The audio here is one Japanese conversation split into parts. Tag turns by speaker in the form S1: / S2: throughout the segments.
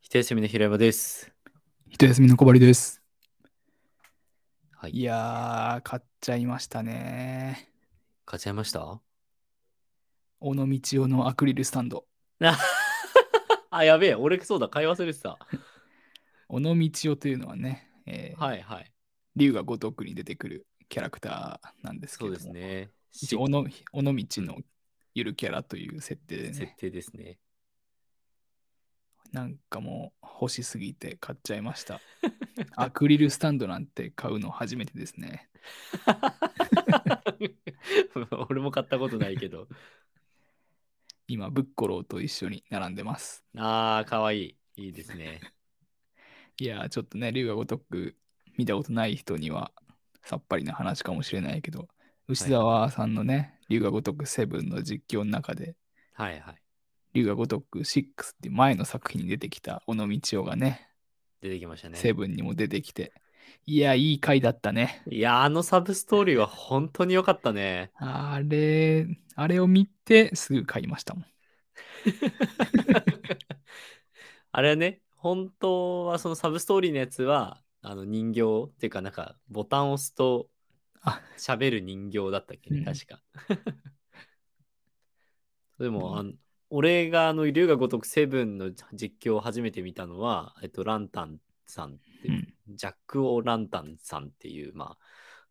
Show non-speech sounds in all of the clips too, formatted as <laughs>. S1: 一休みの平山です。
S2: 一休みの小針です。
S1: はい。
S2: いやー、買っちゃいましたね。
S1: 買っちゃいました
S2: 尾道夫のアクリルスタンド。
S1: <laughs> あ、やべえ。俺そうだ。買い忘れてた。
S2: 尾道夫というのはね、えー
S1: はいはい。
S2: 竜が如くに出てくるキャラクターなんですけ
S1: そ
S2: れ
S1: う
S2: ども。
S1: ですね。
S2: 一応。尾の尾道のゆるキャラという設定で
S1: 設
S2: ね、
S1: 定ですね。
S2: なんかもう欲しすぎて買っちゃいました。アクリルスタンドなんて買うの初めてですね。
S1: <laughs> 俺も買ったことないけど。
S2: 今、ブッコローと一緒に並んでます。
S1: あー、かわいい。いいですね。
S2: いやー、ちょっとね、龍が如く見たことない人にはさっぱりな話かもしれないけど、牛沢さんのね、龍が如くセブンの実況の中で、
S1: はいはい。
S2: 龍が如く6っていう前の作品に出てきた尾道夫がね、
S1: 出てきましたね。
S2: セブンにも出てきて、いや、いい回だったね。
S1: いやー、あのサブストーリーは本当に良かったね。
S2: あれ、あれを見てすぐ買いましたもん。
S1: あれはね、本当はそのサブストーリーのやつは、あの人形っていうか、なんかボタンを押すと
S2: あ
S1: 喋る人形だったっけ
S2: う
S1: ね、
S2: ん
S1: 確か。 <laughs> でも、
S2: うん
S1: あの俺があの龍が如くセブンの実況を初めて見たのは、えっと、ランタンさんって、
S2: うん
S1: ジャック・オ・ランタンさんっていう、ま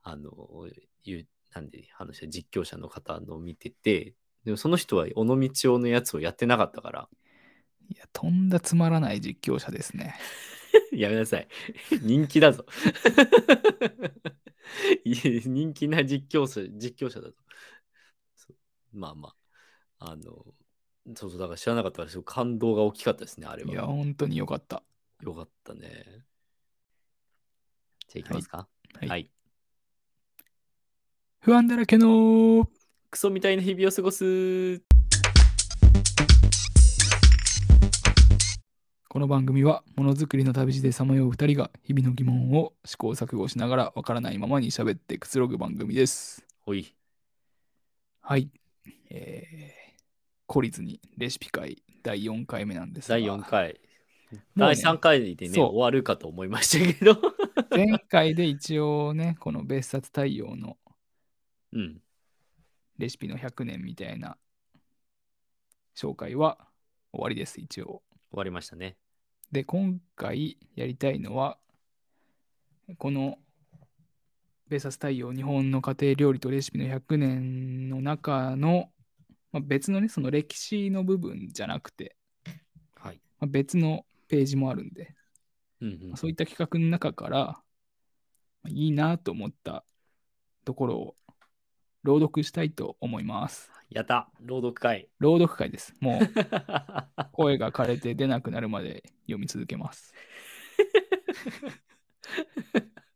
S1: あ、あの、いうなんで話した実況者の方のを見てて、でもその人は尾道夫のやつをやってなかったから、
S2: いや、とんだつまらない実況者ですね。
S1: やめなさい。人気だぞ。 <laughs> いえ人気な実況者、実況者だぞ。そうまあまあ。あの、そうそう、だから知らなかったから、すごい感動が大きかったですね、あれ
S2: いや、
S1: は。
S2: 本当によかった。
S1: よかったね。じゃあ、いきますか。
S2: はい
S1: はい。
S2: 不安だらけの
S1: クソみたいな日々を過ごす。
S2: この番組はものづくりの旅路でさまよう2人が日々の疑問を試行錯誤しながらわからないままに喋ってくつろぐ番組です。
S1: ほい。
S2: はい。えー、懲りずにレシピ会第4回目なんですが
S1: 第4回。
S2: <laughs> もうね
S1: 第3回でね、
S2: そう
S1: 終わるかと思いましたけど。 <laughs>
S2: 前回で一応ね、この別冊対応の
S1: うん。
S2: レシピの100年みたいな紹介は終わりです、一応。
S1: 終わりましたね。
S2: で、今回やりたいのは、このベーサス太陽日本の家庭料理とレシピの100年の中の、まあ、別のね、その歴史の部分じゃなくて、
S1: はい。
S2: まあ、別のページもあるんで、
S1: うんうん
S2: まあ、そういった企画の中から、まあいいなと思ったところを朗読したいと思います。
S1: やった朗読会 <laughs>
S2: 朗読会です。もう声が枯れて出なくなるまで読み続けます。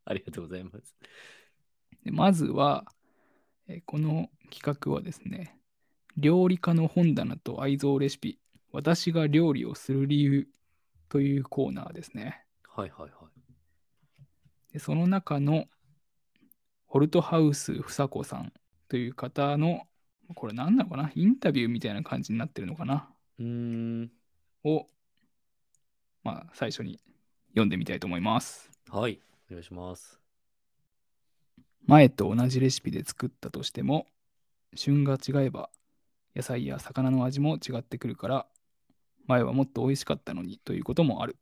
S1: ありがとうございます。
S2: でまずは、えーこの企画はですね、料理家の本棚と愛蔵レシピ、私が料理をする理由というコーナーですね。
S1: はいはいはい。
S2: でその中のホルトハウス房子さんという方の、これ何なのかなインタビューみたいな感じになってるのかな
S1: うーん。
S2: を、まあ、最初に読んでみたいと思います。
S1: はい。お願いします。
S2: 前と同じレシピで作ったとしても旬が違えば野菜や魚の味も違ってくるから前はもっと美味しかったのにということもある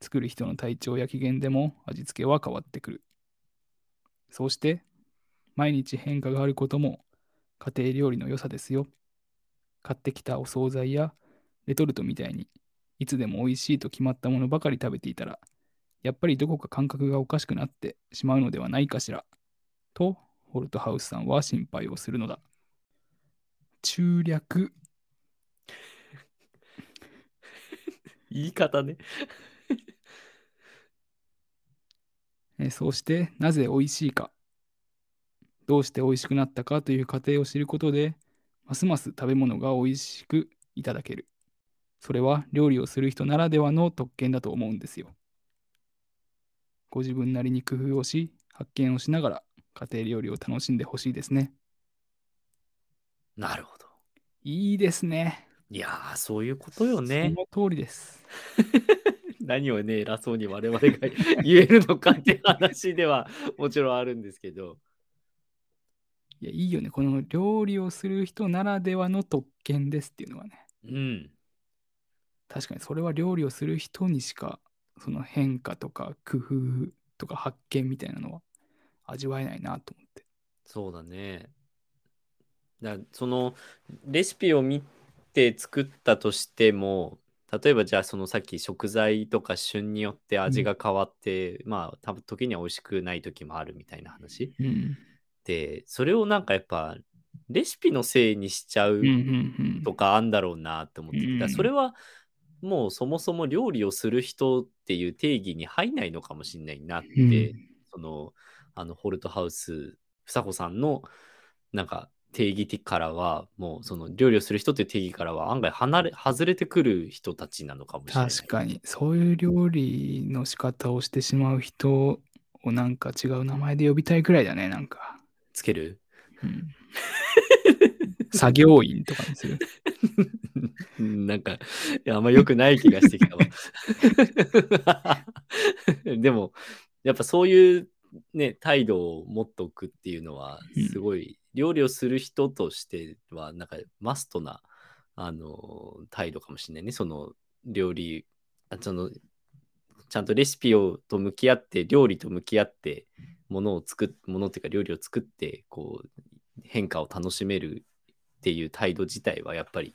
S2: 作る人の体調や機嫌でも味付けは変わってくるそうして毎日変化があることも家庭料理の良さですよ買ってきたお惣菜やレトルトみたいにいつでも美味しいと決まったものばかり食べていたらやっぱりどこか感覚がおかしくなってしまうのではないかしら。と、ホルトハウスさんは心配をするのだ。中略。
S1: 言い方ね。
S2: えーそうして、なぜ美味しいか。どうして美味しくなったかという過程を知ることで、ますます食べ物が美味しくいただける。それは料理をする人ならではの特権だと思うんですよ。ご自分なりに工夫をし、発見をしながら家庭料理を楽しんでほしいですね。
S1: なるほど。
S2: いいですね。
S1: いやー、そういうことよね。
S2: その通りです。
S1: 何をね、偉そうに我々が言えるのかって話で <laughs> はもちろんあるんですけど。
S2: いや、いいよね。この料理をする人ならではの特権ですっていうのはね。
S1: うん。
S2: 確かにそれは料理をする人にしか、その変化とか工夫とか発見みたいなのは味わえないなと思って。
S1: そうだね。だそのレシピを見て作ったとしても例えばじゃあそのさっき食材とか旬によって味が変わって、まあ多分時には美味しくない時もあるみたいな話
S2: うん。
S1: でそれをなんかやっぱレシピのせいにしちゃう
S2: うんうんうん。
S1: とかあんだろうなって思ってて、だからそれはもうそもそも料理をする人っていう定義に入んないのかもしれないなって、
S2: うん
S1: その、あの、ホルトハウス、房子さんの、なんか、定義からは、もう、その、料理をする人っていう定義からは、案外離れ、外れてくる人たちなのかもしれない。
S2: 確かに、そういう料理の仕方をしてしまう人をなんか違う名前で呼びたいくらいだね、なんか。
S1: つける
S2: うん、作業員とかにする。
S1: なんか、いやあんま良くない気がしてきたわ。 <laughs> でも、やっぱそういう、ね、態度を持っておくっていうのは
S2: うん、
S1: すごい、料理をする人としては、なんか、マストな、あの、態度かもしれないね。その、料理、あその、ちゃんとレシピをと向き合って、料理と向き合って、ものを作っ、ものっていうか料理を作って、こう、変化を楽しめるっていう態度自体は、やっぱり、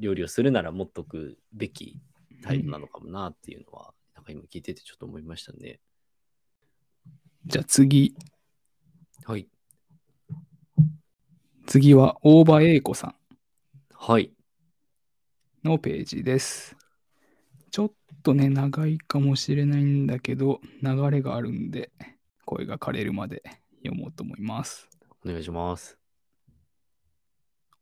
S1: 料理をするなら持っとくべき態度なのかもなっていうのは、なんか今聞いててちょっと思いましたね。
S2: じゃあ次、
S1: はい。
S2: 次は大場英子さ
S1: はい。
S2: んのページです。ちょっとね、長いかもしれないんだけど、流れがあるんで、声が枯れるまで読もうと思います。
S1: お願いします。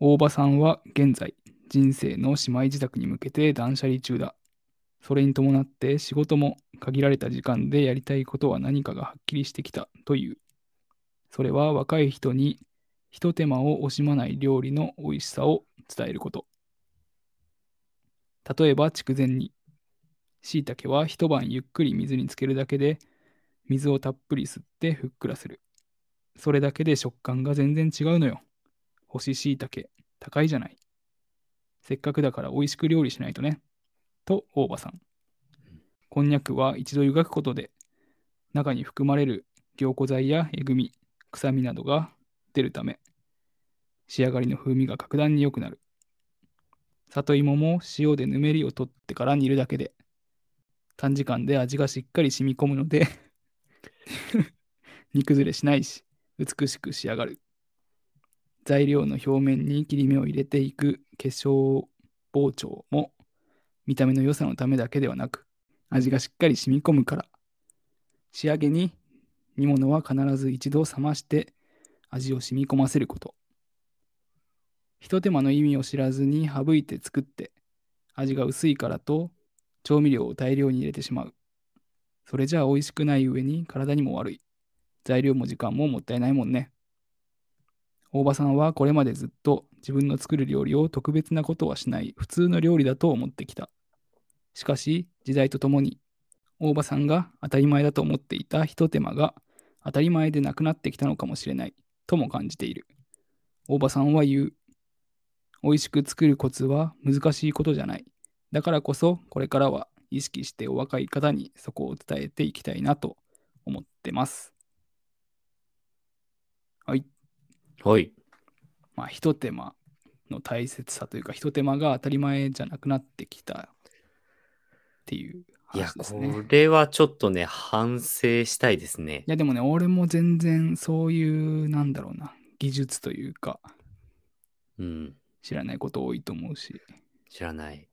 S2: 大場さんは現在、人生の姉妹自宅に向けて断捨離中だ。それに伴って仕事も限られた時間でやりたいことは何かがはっきりしてきたという。それは若い人にひと手間を惜しまない料理の美味しさを伝えること。例えば筑前煮。しいたけは一晩ゆっくり水につけるだけで水をたっぷり吸ってふっくらする。それだけで食感が全然違うのよ。干し椎茸高いじゃない。せっかくだから美味しく料理しないとね。と大場さん。こんにゃくは一度湯がくことで中に含まれる凝固剤やえぐみ、臭みなどが出るため仕上がりの風味が格段に良くなる。里芋も塩でぬめりを取ってから煮るだけで短時間で味がしっかり染み込むので <laughs> 煮崩れしないし美しく仕上がる。材料の表面に切り目を入れていく化粧包丁も見た目の良さのためだけではなく味がしっかり染み込むから仕上げに煮物は必ず一度冷まして味を染み込ませることひと手間の意味を知らずに省いて作って味が薄いからと調味料を大量に入れてしまうそれじゃあ美味しくない上に体にも悪い材料も時間ももったいないもんね大場さんはこれまでずっと自分の作る料理を特別なことはしない普通の料理だと思ってきた。しかし時代とともに大場さんが当たり前だと思っていたひと手間が当たり前でなくなってきたのかもしれないとも感じている。大場さんは言う。美味しく作るコツは難しいことじゃない。だからこそこれからは意識してお若い方にそこを伝えていきたいなと思ってます。はい。
S1: はい。
S2: まあ、ひと手間の大切さというか、ひと手間が当たり前じゃなくなってきたっていう
S1: いや、
S2: 話です
S1: こ
S2: ね。いや、
S1: れはちょっとね、反省したいですね。
S2: でもね、俺も全然そういう、なんだろうな、技術というか、
S1: うん。
S2: 知らないこと多いと思うし、
S1: 知らない。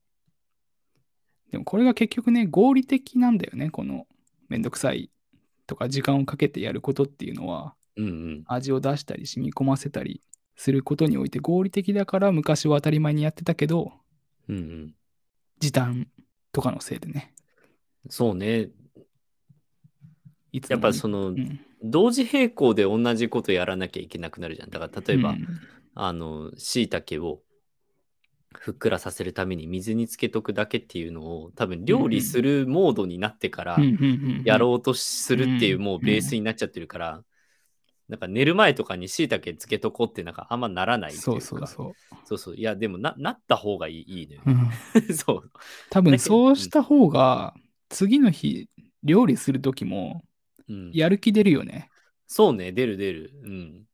S2: でもこれが結局ね、合理的なんだよね、このめんどくさいとか、時間をかけてやることっていうのは、
S1: うんうん。
S2: 味を出したり、染み込ませたりすることにおいて合理的だから、昔は当たり前にやってたけど、
S1: うんうん。
S2: 時短とかのせいでね、
S1: そうね。
S2: いつ
S1: やっ
S2: の間
S1: ぱ
S2: に
S1: その、
S2: うん
S1: 同時並行で同じことやらなきゃいけなくなるじゃん。だから、例えば、
S2: うん
S1: あの、しいたけを、ふっくらさせるために水につけとくだけっていうのを多分料理するモードになってから
S2: うんうんうんうん
S1: やろうとするっていううんもうベースになっちゃってるから、なんか寝る前とかにしいたけつけとこうってなんかあんまならないっていうか
S2: そうそうそう。
S1: そうそういやでもななった方がいいいいのよ
S2: う、ん
S1: <laughs> そう
S2: 多分そうした方が、次の日、料理する時も、
S1: うん、
S2: やる気出るよね。
S1: そうね出る出るうん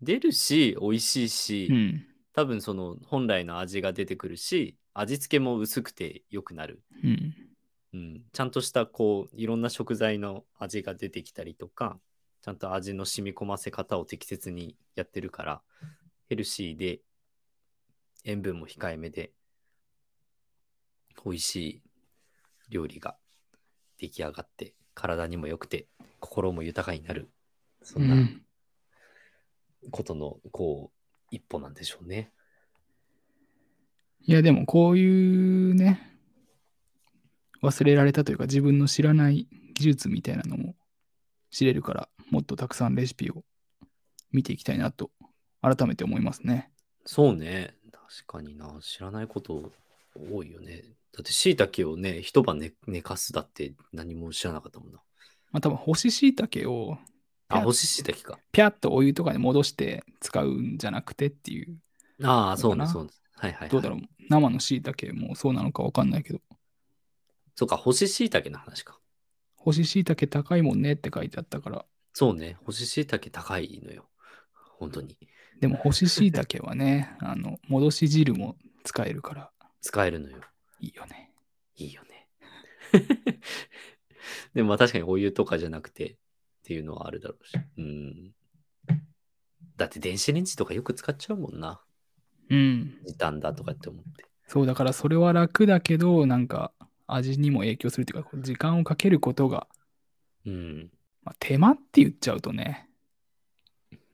S1: 出るし美味しいし、
S2: うん。
S1: 多分その本来の味が出てくるし味付けも薄くて良くなる、
S2: うん。
S1: うん、ちゃんとしたこういろんな食材の味が出てきたりとかちゃんと味の染み込ませ方を適切にやってるからヘルシーで塩分も控えめで美味しい料理が出来上がって体にも良くて心も豊かになるそん
S2: う
S1: なんことのこう一歩なんでしょうね。
S2: いや、でもこういうね、忘れられたというか、自分の知らない技術みたいなのも知れるから、もっとたくさんレシピを見ていきたいなと、改めて思いますね。
S1: そうね。確かにな。知らないこと多いよね。だって、しいたけをね、一晩寝寝かすだって何も知らなかったもんな。
S2: まあ、多分、干し椎茸を
S1: あ、
S2: いや
S1: 干ししいたけか。
S2: ピャッとお湯とかに戻して使うんじゃなくてっていう、
S1: ああ、そう
S2: そうか
S1: ね、
S2: な
S1: そうね。はいはい、はい。
S2: どうだろう、生の椎茸もそうなのかわかんないけど、
S1: そうか、干ししいたけの話か。
S2: 干し椎茸高いもんねって書いてあったから、
S1: そうね、干ししいたけ高いのよ。本当に。
S2: でも干し椎茸はね、 <laughs> あの、戻し汁も使えるから
S1: 使えるのよ。
S2: いいよね。
S1: いいよね。 <laughs> でもまあ確かにお湯とかじゃなくてっていうのはあるだろうし。うん。だって電子レンジとかよく使っちゃうもんな。
S2: うん。
S1: 時短だとかって思って。
S2: そう、だからそれは楽だけど、なんか味にも影響するっていうか、こう時間をかけることが、
S1: うん。
S2: まあ、手間って言っちゃうとね、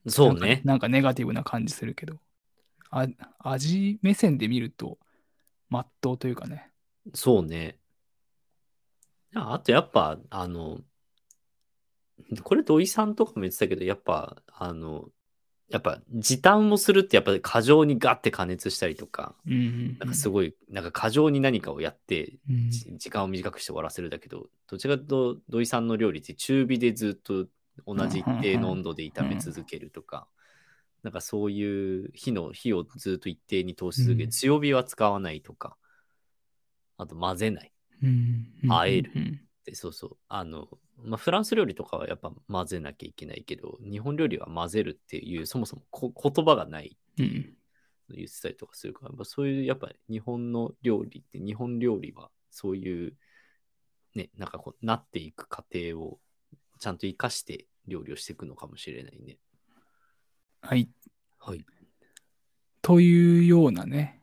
S1: そうね。
S2: なんかなんかネガティブな感じするけど、あ味目線で見ると、まっとうというかね、
S1: そうね。ああとやっぱ、あの、これ土井さんとかも言ってたけど、やっぱ、あの、やっぱ時短をするってやっぱ過剰にガッて加熱したりとか、
S2: うんうん
S1: なんかすごい、なんか過剰に何かをやって、
S2: うん
S1: じ時間を短くして終わらせるだけど、どちらかというと土井さんの料理って中火でずっと同じ一定の温度で炒め続けるとか、なんかそういう火の火をずっと一定に通し続け
S2: う
S1: る、
S2: ん
S1: 強火は使わないとか、あと混ぜない。
S2: うんうん
S1: あえる
S2: うん
S1: でそうそう。あの、まあ、フランス料理とかはやっぱ混ぜなきゃいけないけど、日本料理は混ぜるっていう、そもそもこ言葉がない
S2: うん
S1: 言ってたりとかするから、まあ、そういうやっぱ日本の料理って、日本料理はそういう、ね、なんかこう、なっていく過程をちゃんと生かして料理をしていくのかもしれないね。
S2: はい。
S1: はい。
S2: というようなね、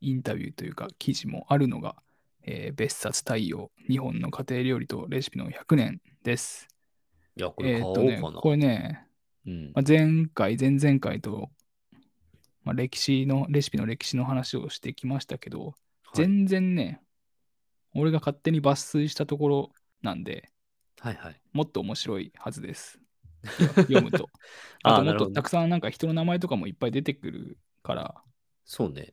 S2: インタビューというか記事もあるのが、えー別冊対応、日本の家庭料理とレシピの100年です。
S1: いや、こ
S2: え
S1: れ
S2: っ、
S1: 買おう
S2: と
S1: か
S2: ね、
S1: な。
S2: これね、
S1: うん
S2: まあ、前回、前々回と、まあ、歴史の、レシピの歴史の話をしてきましたけど、
S1: はい
S2: 全然ね、俺が勝手に抜粋したところなんで、
S1: はいはい。
S2: もっと面白いはずです。読
S1: <laughs>
S2: むと。あ
S1: あ
S2: と
S1: ー
S2: も
S1: な
S2: っ
S1: る
S2: と
S1: ほど
S2: たくさんなんか人の名前とかもいっぱい出てくるから、
S1: そうね。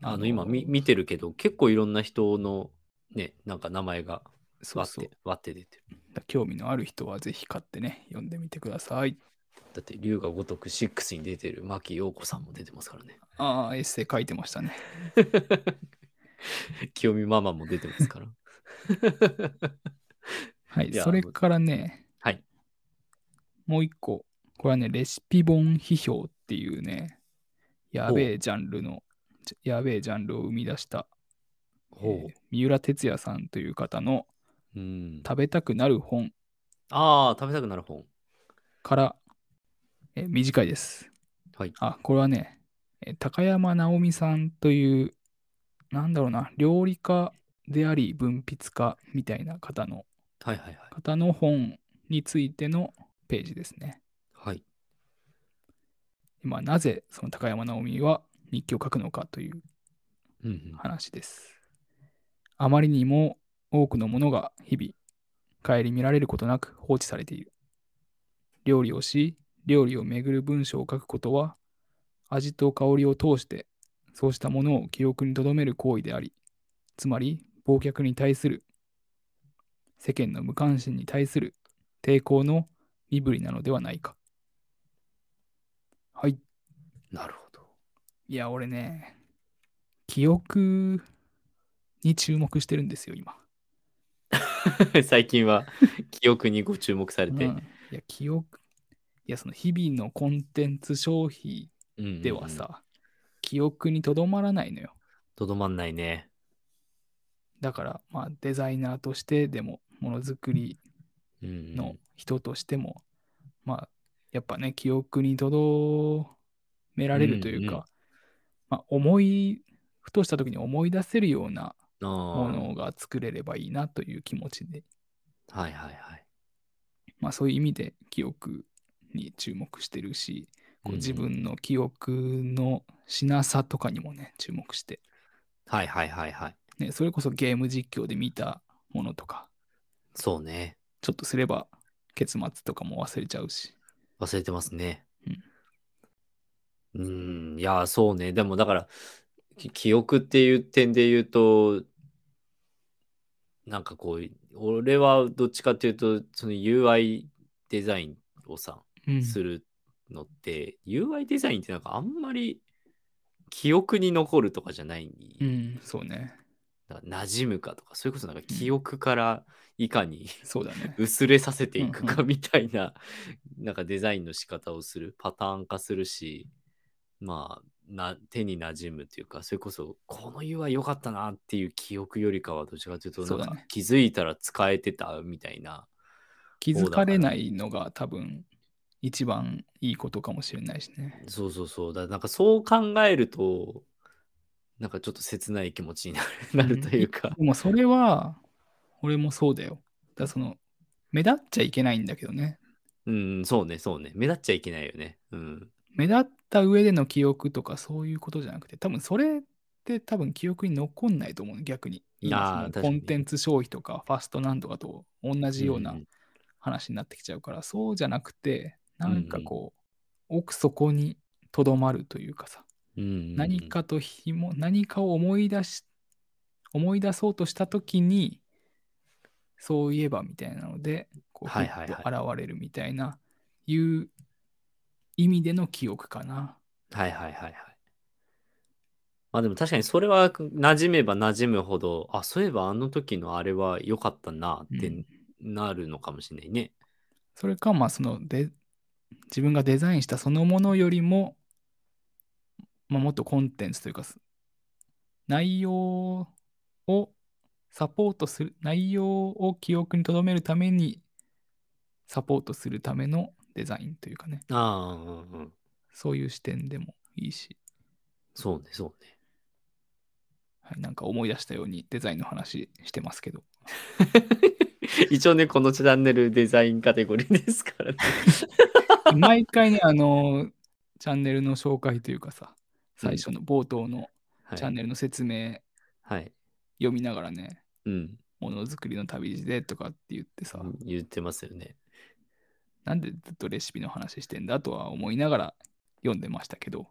S1: あの、
S2: あの
S1: 今み見てるけど、結構いろんな人の、ね、なんか名前が
S2: そう
S1: 割っ
S2: そう
S1: て、。割って出てる。
S2: だ興味のある人はぜひ買ってね、読んでみてください。
S1: だって龍が如く6に出てる牧陽子さんも出てますからね。
S2: ああ、エッセイ書いてましたね。
S1: 清美ママも出てます
S2: <laughs>
S1: から。
S2: はい、
S1: いや
S2: それからね、
S1: はい。
S2: もう一個、これはね、レシピ本批評っていうね、やべえジャンルの、じゃやべえジャンルを生み出した、
S1: ほ
S2: えー三浦哲也さんという方の
S1: う。うん。
S2: 食べたくなる本
S1: ああ、食べたくなる本。
S2: から、えー短いです。
S1: はい。
S2: あ、これはね、えー高山直美さんという、なんだろうな、料理家であり、文筆家みたいな方の、
S1: はいはいはい。
S2: 方の本についてのページですね。
S1: はい。
S2: 今、なぜその高山直美は日記を書くのかという
S1: うんうん、
S2: 話です。あまりにも多くのものが日々、顧みられることなく放置されている。料理をし、料理をめぐる文章を書くことは、味と香りを通して、そうしたものを記憶に留める行為であり、つまり、忘却に対する、世間の無関心に対する抵抗の身振りなのではないか。はい。
S1: なるほど。
S2: いや、俺ね、記憶に注目してるんですよ、今。
S1: <laughs> 最近
S2: <laughs>
S1: は記憶にご注目されて。
S2: う
S1: うん
S2: いや、記憶、いや、その日々のコンテンツ消費
S1: んうんうん
S2: ではさ、。記憶にとどまらないのよ。
S1: とどまんないね。
S2: だから、まあ、デザイナーとしてでも、ものづくり
S1: うんうん
S2: の人としても、まあ、やっぱね、記憶にとどめられるとい
S1: う
S2: うか、
S1: んうん
S2: まあ、思い、ふとした時に思い出せるような
S1: あ
S2: も
S1: ー
S2: のが作れればいいなという気持ちで、
S1: はいはいはい。
S2: まあ、そういう意味で記憶に注目してるし、こう自
S1: うんうん
S2: 分の記憶のしなさとかにもね、注目して、
S1: はいはいはいはい。
S2: ね、それこそゲーム実況で見たものとか、
S1: そうね。
S2: ちょっとすれば結末とかも忘れちゃうし、
S1: 忘れてますね。うん、いやー、そうね。でもだから、き記憶っていう点で言うと、なんかこう、俺はどっちかっていうと、その UI デザインをさ、
S2: うん
S1: するのって、UI デザインってなんかあんまり記憶に残るとかじゃない、
S2: うん、そうね。
S1: なんか馴染むかとか、それこそなんか記憶からいかに
S2: そうだね。
S1: 薄れさせていく
S2: うん
S1: かみたいな、なんかデザインの仕方をするパターン化するしまあな手に馴染むというかそれこそこの UI 良かったなっていう記憶よりかはどちらかというと
S2: そうだ
S1: な
S2: ね
S1: んか気づいたら使えてたみたいな
S2: 気づかれないのが多分一番いいことかもしれないしね。
S1: そうそうそうだなんかそう考えるとなんかちょっと切ない気持ちになるな <laughs> るというか、
S2: でもそれは俺もそうだよ。だからその目立っちゃいけないんだけどね。
S1: うん、そうねそうね目立っちゃいけないよねうん
S2: 目立った上での記憶とかそういうことじゃなくて多分それって多分記憶に残んないと思う逆に。
S1: あー
S2: 今
S1: 確
S2: その
S1: か
S2: コ
S1: に
S2: ンテンツ消費とかファストなんとかと同じような
S1: うん
S2: 話になってきちゃうから、そうじゃなくてなんかこう、奥底にとどまるというかさ
S1: うんうん
S2: 何かとひも何かを思い出し思い出そうとした時にそういえばみたいなのでこうふ
S1: は
S2: っ
S1: いはい
S2: と
S1: はい
S2: 現れるみたいな、いいう意味での記憶かな。
S1: はいはいはいはい。まあでも確かにそれは馴染めば馴染むほど、あ、そういえばあの時のあれは良かったなっ
S2: う
S1: て
S2: ん
S1: なるのかもしれないね。
S2: それかまあそので自分がデザインしたそのものよりも、まあ、もっとコンテンツというかす内容をサポートする内容を記憶に留めるためにサポートするためのデザインというかね
S1: ああ、うんうん。
S2: そういう視点でもいいし、
S1: そうね、そうね。 <laughs>
S2: はい、なんか思い出したようにデザインの話してます <laughs> けど
S1: 一応ね、このチャンネルデザインカテゴリーですからね。
S2: 毎回ねあのチャンネルの紹介というかさ最初の冒頭のチャ
S1: は
S2: ン
S1: い。
S2: ネルの説明、
S1: はい、
S2: 読みながらね、
S1: うん。
S2: ものづくりの旅路でとかって言ってさ、
S1: 言ってますよね。
S2: なんでずっとレシピの話してんだとは思いながら読んでました
S1: <laughs>
S2: けど、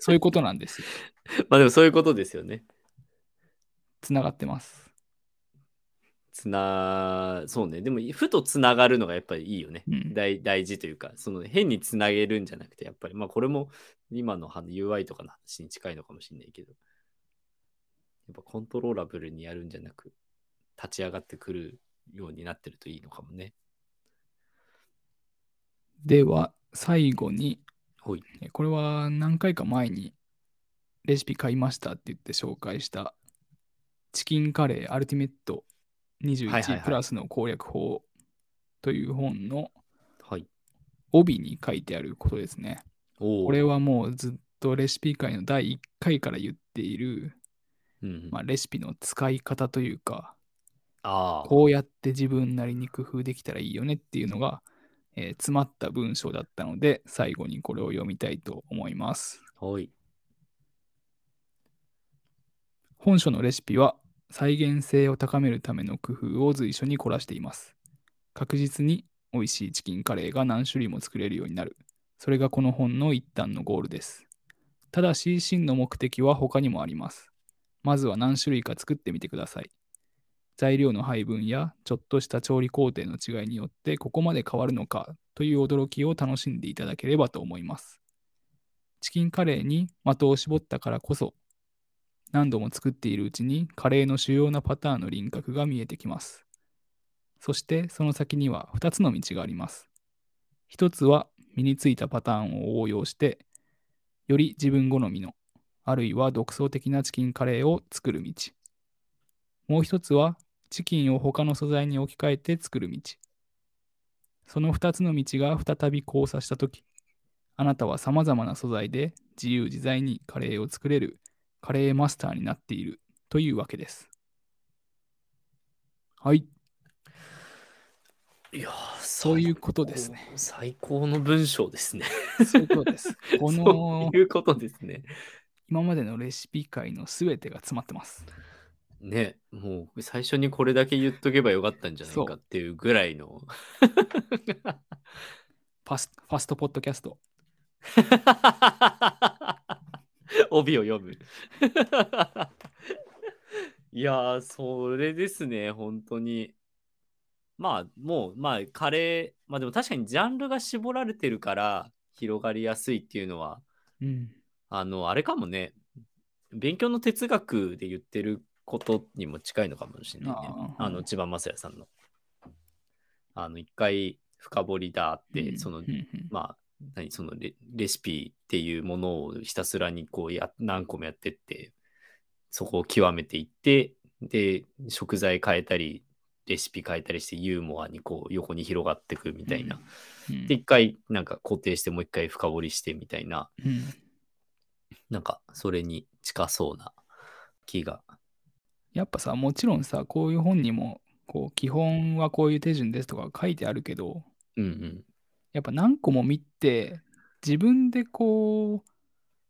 S2: そういうことなんですよ。
S1: まあでもそういうことですよね。
S2: つながってます。
S1: つな、そうね。でも、ふとつながるのがやっぱりいいよね。
S2: うん、
S1: 大大事というか、その変につなげるんじゃなくて、やっぱり、まあこれも今のは UI とかの話に近いのかもしれないけど、やっぱコントローラブルにやるんじゃなく、立ち上がってくるようになってるといいのかもね。
S2: では、最後に、
S1: ほい。
S2: えこれは何回か前にレシピ買いましたって言って紹介したチキンカレーアルティメット
S1: はいはいは
S2: 21
S1: い
S2: プラスの攻略法という本の
S1: はい。
S2: 帯に書いてあることですね。
S1: お
S2: これ
S1: は、
S2: はもうずっとレシピ界の第1回から言っている、
S1: うんうん
S2: まあ、レシピの使い方というか、
S1: ああ、
S2: こうやって自分なりに工夫できたらいいよねっていうのが、えー詰まった文章だったので、最後にこれを読みたいと思います。
S1: はい。
S2: 本書のレシピは再現性を高めるための工夫を随所に凝らしています。確実に美味しいチキンカレーが何種類も作れるようになる。それがこの本の一端のゴールです。ただし真の目的は他にもあります。まずは何種類か作ってみてください。材料の配分やちょっとした調理工程の違いによってここまで変わるのかという驚きを楽しんでいただければと思います。チキンカレーに的を絞ったからこそ何度も作っているうちにカレーの主要なパターンの輪郭が見えてきます。そしてその先には2つの道があります。1つは身についたパターンを応用してより自分好みのあるいは独創的なチキンカレーを作る道。もう一つはチキンを他の素材に置き換えて作る道。その2つの道が再び交差したとき、あなたは様々な素材で自由自在にカレーを作れるカレーマスターになっているというわけです。はい、
S1: いやー、
S2: そういうことですね。
S1: 最高の文章ですね。
S2: <laughs> そういうことです。この
S1: <laughs> そういうことですね。
S2: 今までのレシピ界の全てが詰まってます。
S1: ね、もう最初にこれだけ言っとけばよかったんじゃないかっていうぐらいの。
S2: ファスファストポッドキャスト。
S1: <laughs> 帯を読む。いやー、それですね、本当に。まあ、もう、まあ、カレー、まあでも確かにジャンルが絞られてるから広がりやすいっていうのは、
S2: うん。
S1: あの、あれかもね、勉強の哲学で言ってることにも近いのかもしれないね。
S2: あー
S1: あの、千葉雅也さんの。あの、一回深掘りだって、
S2: うん
S1: その
S2: うんうん
S1: まあ、何そのレレシピっていうものをひたすらにこうや何個もやってってそこを極めていってで食材変えたりレシピ変えたりしてユーモアにこう横に広がってくみたいな、
S2: うん
S1: で一回なんか固定してもう一回深掘りしてみたいな
S2: うん
S1: なんかそれに近そうな気が
S2: やっぱさもちろんさこういう本にもこう基本はこういう手順ですとか書いてあるけど
S1: うんうん
S2: やっぱ何個も見て自分でこう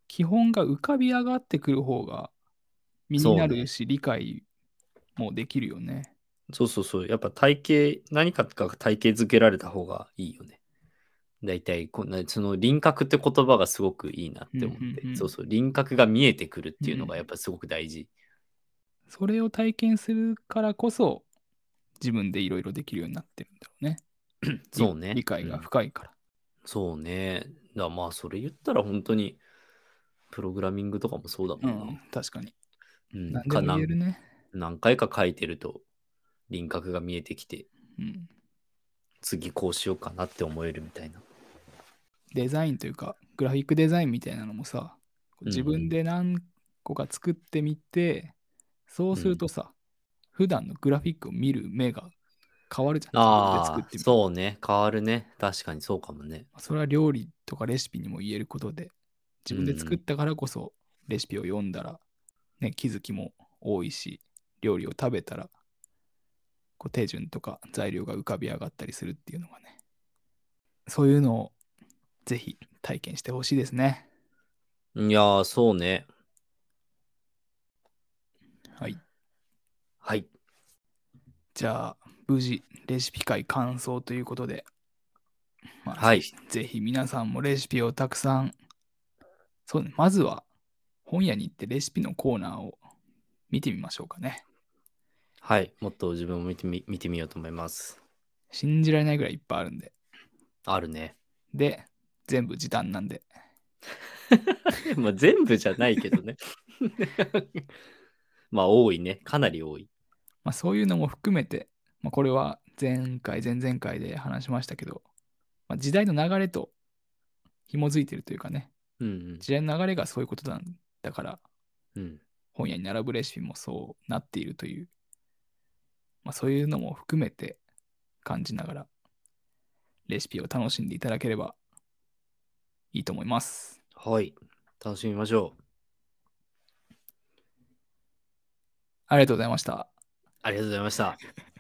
S2: 基本が浮かび上がってくる方が身になるし、理解もできるよね。
S1: そうそうそうやっぱ体系何かが体系づけられた方がいいよね大体こんなその輪郭って言葉がすごくいいなって思って、
S2: うんうんうん
S1: そうそう輪郭が見えてくるっていうのがやっぱすごく大事、
S2: それを体験するからこそ自分でいろいろできるようになってるんだろうね。
S1: そうね
S2: 理解が
S1: うん
S2: 深いから。
S1: そうねだからまあそれ言ったら本当にプログラミングとかもそうだ
S2: う
S1: も
S2: ん、
S1: んな、
S2: 確かに。
S1: うん
S2: 何
S1: か
S2: でも言えるね。
S1: 何何回か書いてると輪郭が見えてきて
S2: うん、
S1: 次こうしようかなって思えるみたいな
S2: デザインというかグラフィックデザインみたいなのもさ
S1: ん
S2: 自分で何個か作ってみて、そうするとさ、普段のグラフィックを見る目が変わるじゃん自
S1: あ
S2: 分で作
S1: あ
S2: ってみる
S1: そうね変わるね確かにそうかもね
S2: それは料理とかレシピにも言えることで自分で作ったからこそレシピを読んだら、ね、気づきも多いし料理を食べたらこう手順とか材料が浮かび上がったりするっていうのがねそういうのをぜひ体験してほしいですね。
S1: いやーそうね
S2: はい。
S1: はい
S2: じゃあ、無事、レシピ会完走ということで、まあ
S1: はい
S2: ぜひ皆さんもレシピをたくさん、そうね、まずは本屋に行ってレシピのコーナーを見てみましょうかね。
S1: はい、もっと自分を見てみ見てみようと思います。
S2: 信じられないぐらいいっぱいあるんで。
S1: あるね。 <laughs>
S2: で、全部時短なんで。
S1: まあ全部じゃないけどね。 <laughs> まあ多いね。かなり多い。
S2: まあ、そういうのも含めて、まあ、これは前回、前々回で話しましたけど、まあ、時代の流れと紐づいてるというかね、
S1: うん
S2: 時代の流れがそういうことなんだから、
S1: うん。うん、
S2: 本屋に並ぶレシピもそうなっているという、まあ、そういうのも含めて感じながらレシピを楽しんでいただければいいと思います。
S1: はい。楽しみましょう。
S2: ありがとうございました。
S1: ありがとうございました。